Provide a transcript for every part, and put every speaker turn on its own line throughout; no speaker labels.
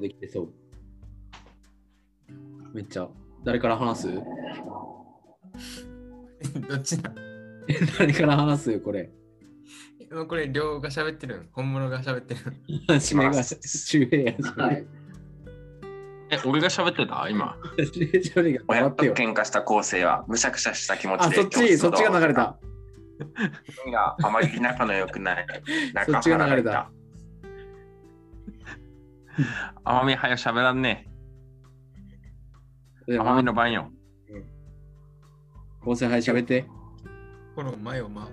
できてそう。めっちゃ。誰から話す
どっちな
誰から話すこれ。
のこれ、両が喋ってるん本物が喋ってるん
締めが 周平やし。
はい。
え、俺が喋ってた今。
周平処理が
親
笑
と
ってよ。
喧嘩した後世はむしゃくしゃした気持ち
あ、
で
そっち、そっちが流れた。
自分があまり仲の良くない
そっちが流れた
天海はよ喋らんねえ。
で
天海の番よ。
構成配喋って。
この前をま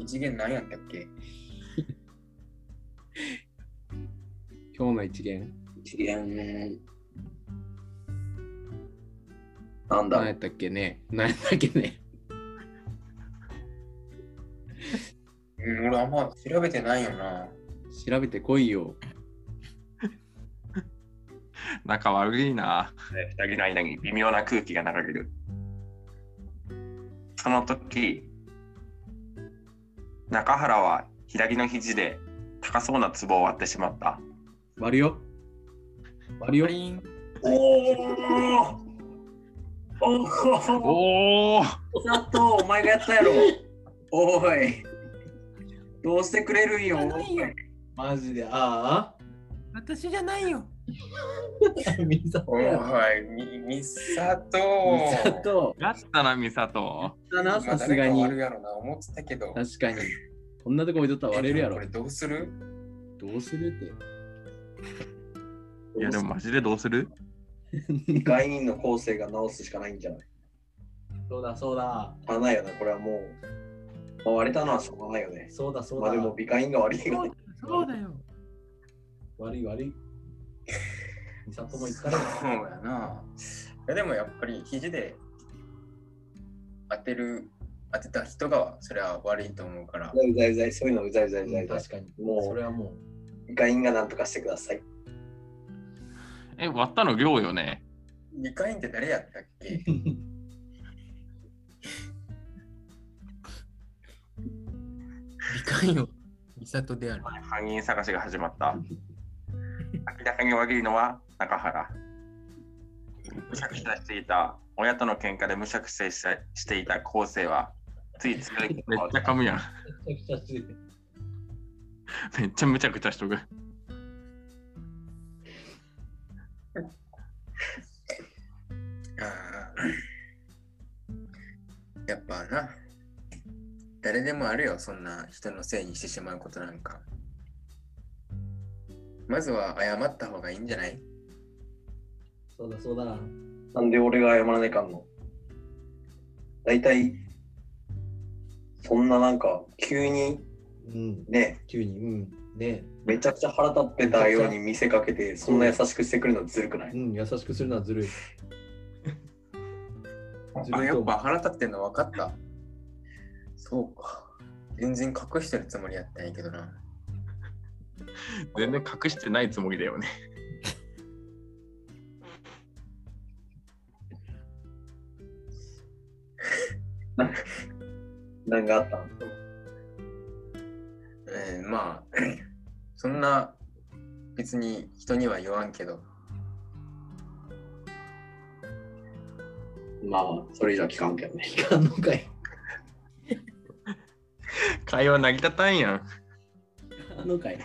一元何やったっけ
今日の一元。
一元なん
何やったっけね何やったっけね
うん、俺あんま調べてないよな
調べてこいよ。
仲悪いな。
二人の間に微妙な空気が流れるその時中原は左の肘で高そうな壺を割ってしまった
割るよ。割るよ。
ン
おおお
おお
佐藤お前がやったやろおいどうしてくれるんよ
マジで、あ
私じゃない よ
あ。みさと。
おいみみさと
みさと。
やったな、ミサト。
だな、
まあ
さすが
誰か
に
割。るやろな思ってたけど
確かに。こんなとこ置いとったら割れるやろ
これ。どうする
どうするっ
いや、でもマジでどうする
て。
外人の構成が直すしかないんじゃない
そうだ、そうだ。
まあないよね、これはもう。まあ、割れたのはしょうがないよね。
そうだ、そ
まあでも、美外人が悪いよね。
そうだよ
悪い悪い。みさとも行っ
そうやな。いやでもやっぱり肘で当てる、当てた人がそれは悪いと思うから
う。ざいうざいうざい、そういうのうざいうざいうざい。
確かに。そ
も
れはも
う、外人がなんとかしてください。
え、割ったの量よね。
二回って誰やったっけ
う。
理解よミサトである
犯人探しが始ま った。明らかに悪いのは中原。むしゃくしゃしていた、親との喧嘩でむしゃくしゃしていた昴生は、つい強い言
めっ
葉を
ちゃ噛むやん。
めちゃくちゃし
めっちゃむちゃくちゃしとく。
あーやっぱな、誰でもあるよ、そんな人のせいにしてしまうことなんか。まずは謝った方がいいんじゃない
そうだ、そうだ。
なんで俺が謝らないかんの大体、そんななんか、急に
うん。
ね、
急に、うん。ね
めちゃくちゃ腹立ってたように見せかけて、そんな優しくしてくるのずるくない
うん、優しくするのはず るい。自
あ、
分
や
と
っ
も
ぱ腹立ってんの分かった。そうか。全然隠してるつもりやったんやけどな。
全然隠してないつもりだよね。
なんかあったの
えー、まあ、 そんな別に人には言わんけど、
まあ、それ以上は聞かんけどね。
いかんのかい。
会話成り立たんやん。
いかんのかい。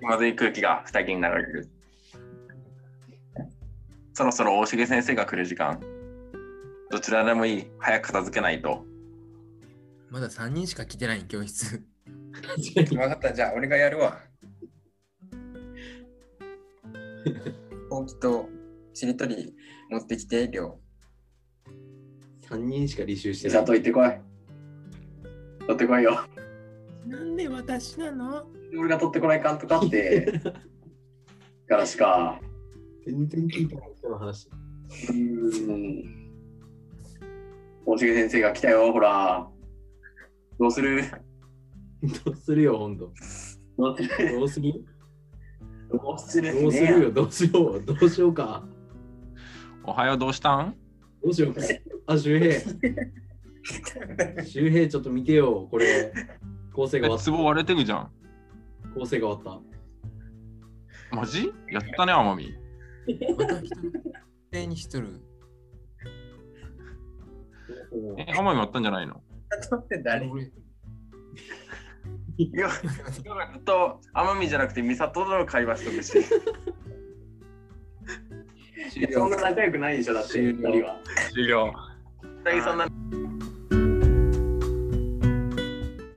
気まずい空気が二人に流れる。そろそろ大重先生が来る時間。どちらでもいい、早く片付けないと。
まだ3人しか来てない教 室
分かった、じゃあ俺がやる わ。ほうきとしりとり持ってきて、り ょ
3人しか履修して
美
ない。
里行ってこい。取ってこいよ。
なんで私なの
俺が取ってこないかんとかって。からしか。
全然聞いてない人の話。
うーん。大重先生が来たよ、ほら。どうする
どうするよ、ほんと。
どうする
どうする
ど
どう
うする
するよ、どうしよう。どうしようか。
おはようどうしたん
どうしようか。あ、周平。周平、ちょっと見てよ、これ。構成
え、
が終わっ
壺割れてるじゃん。
た。構成が終わっマジやったね、天海。
また一人定にしとる。
え、天海もやったんじゃないの
だって誰
俺
よずっと天海じゃなくて美里との会話しとく し。
そんな仲良くないでしょ、だって、
終
二
了
人は。
終了。
二人そんな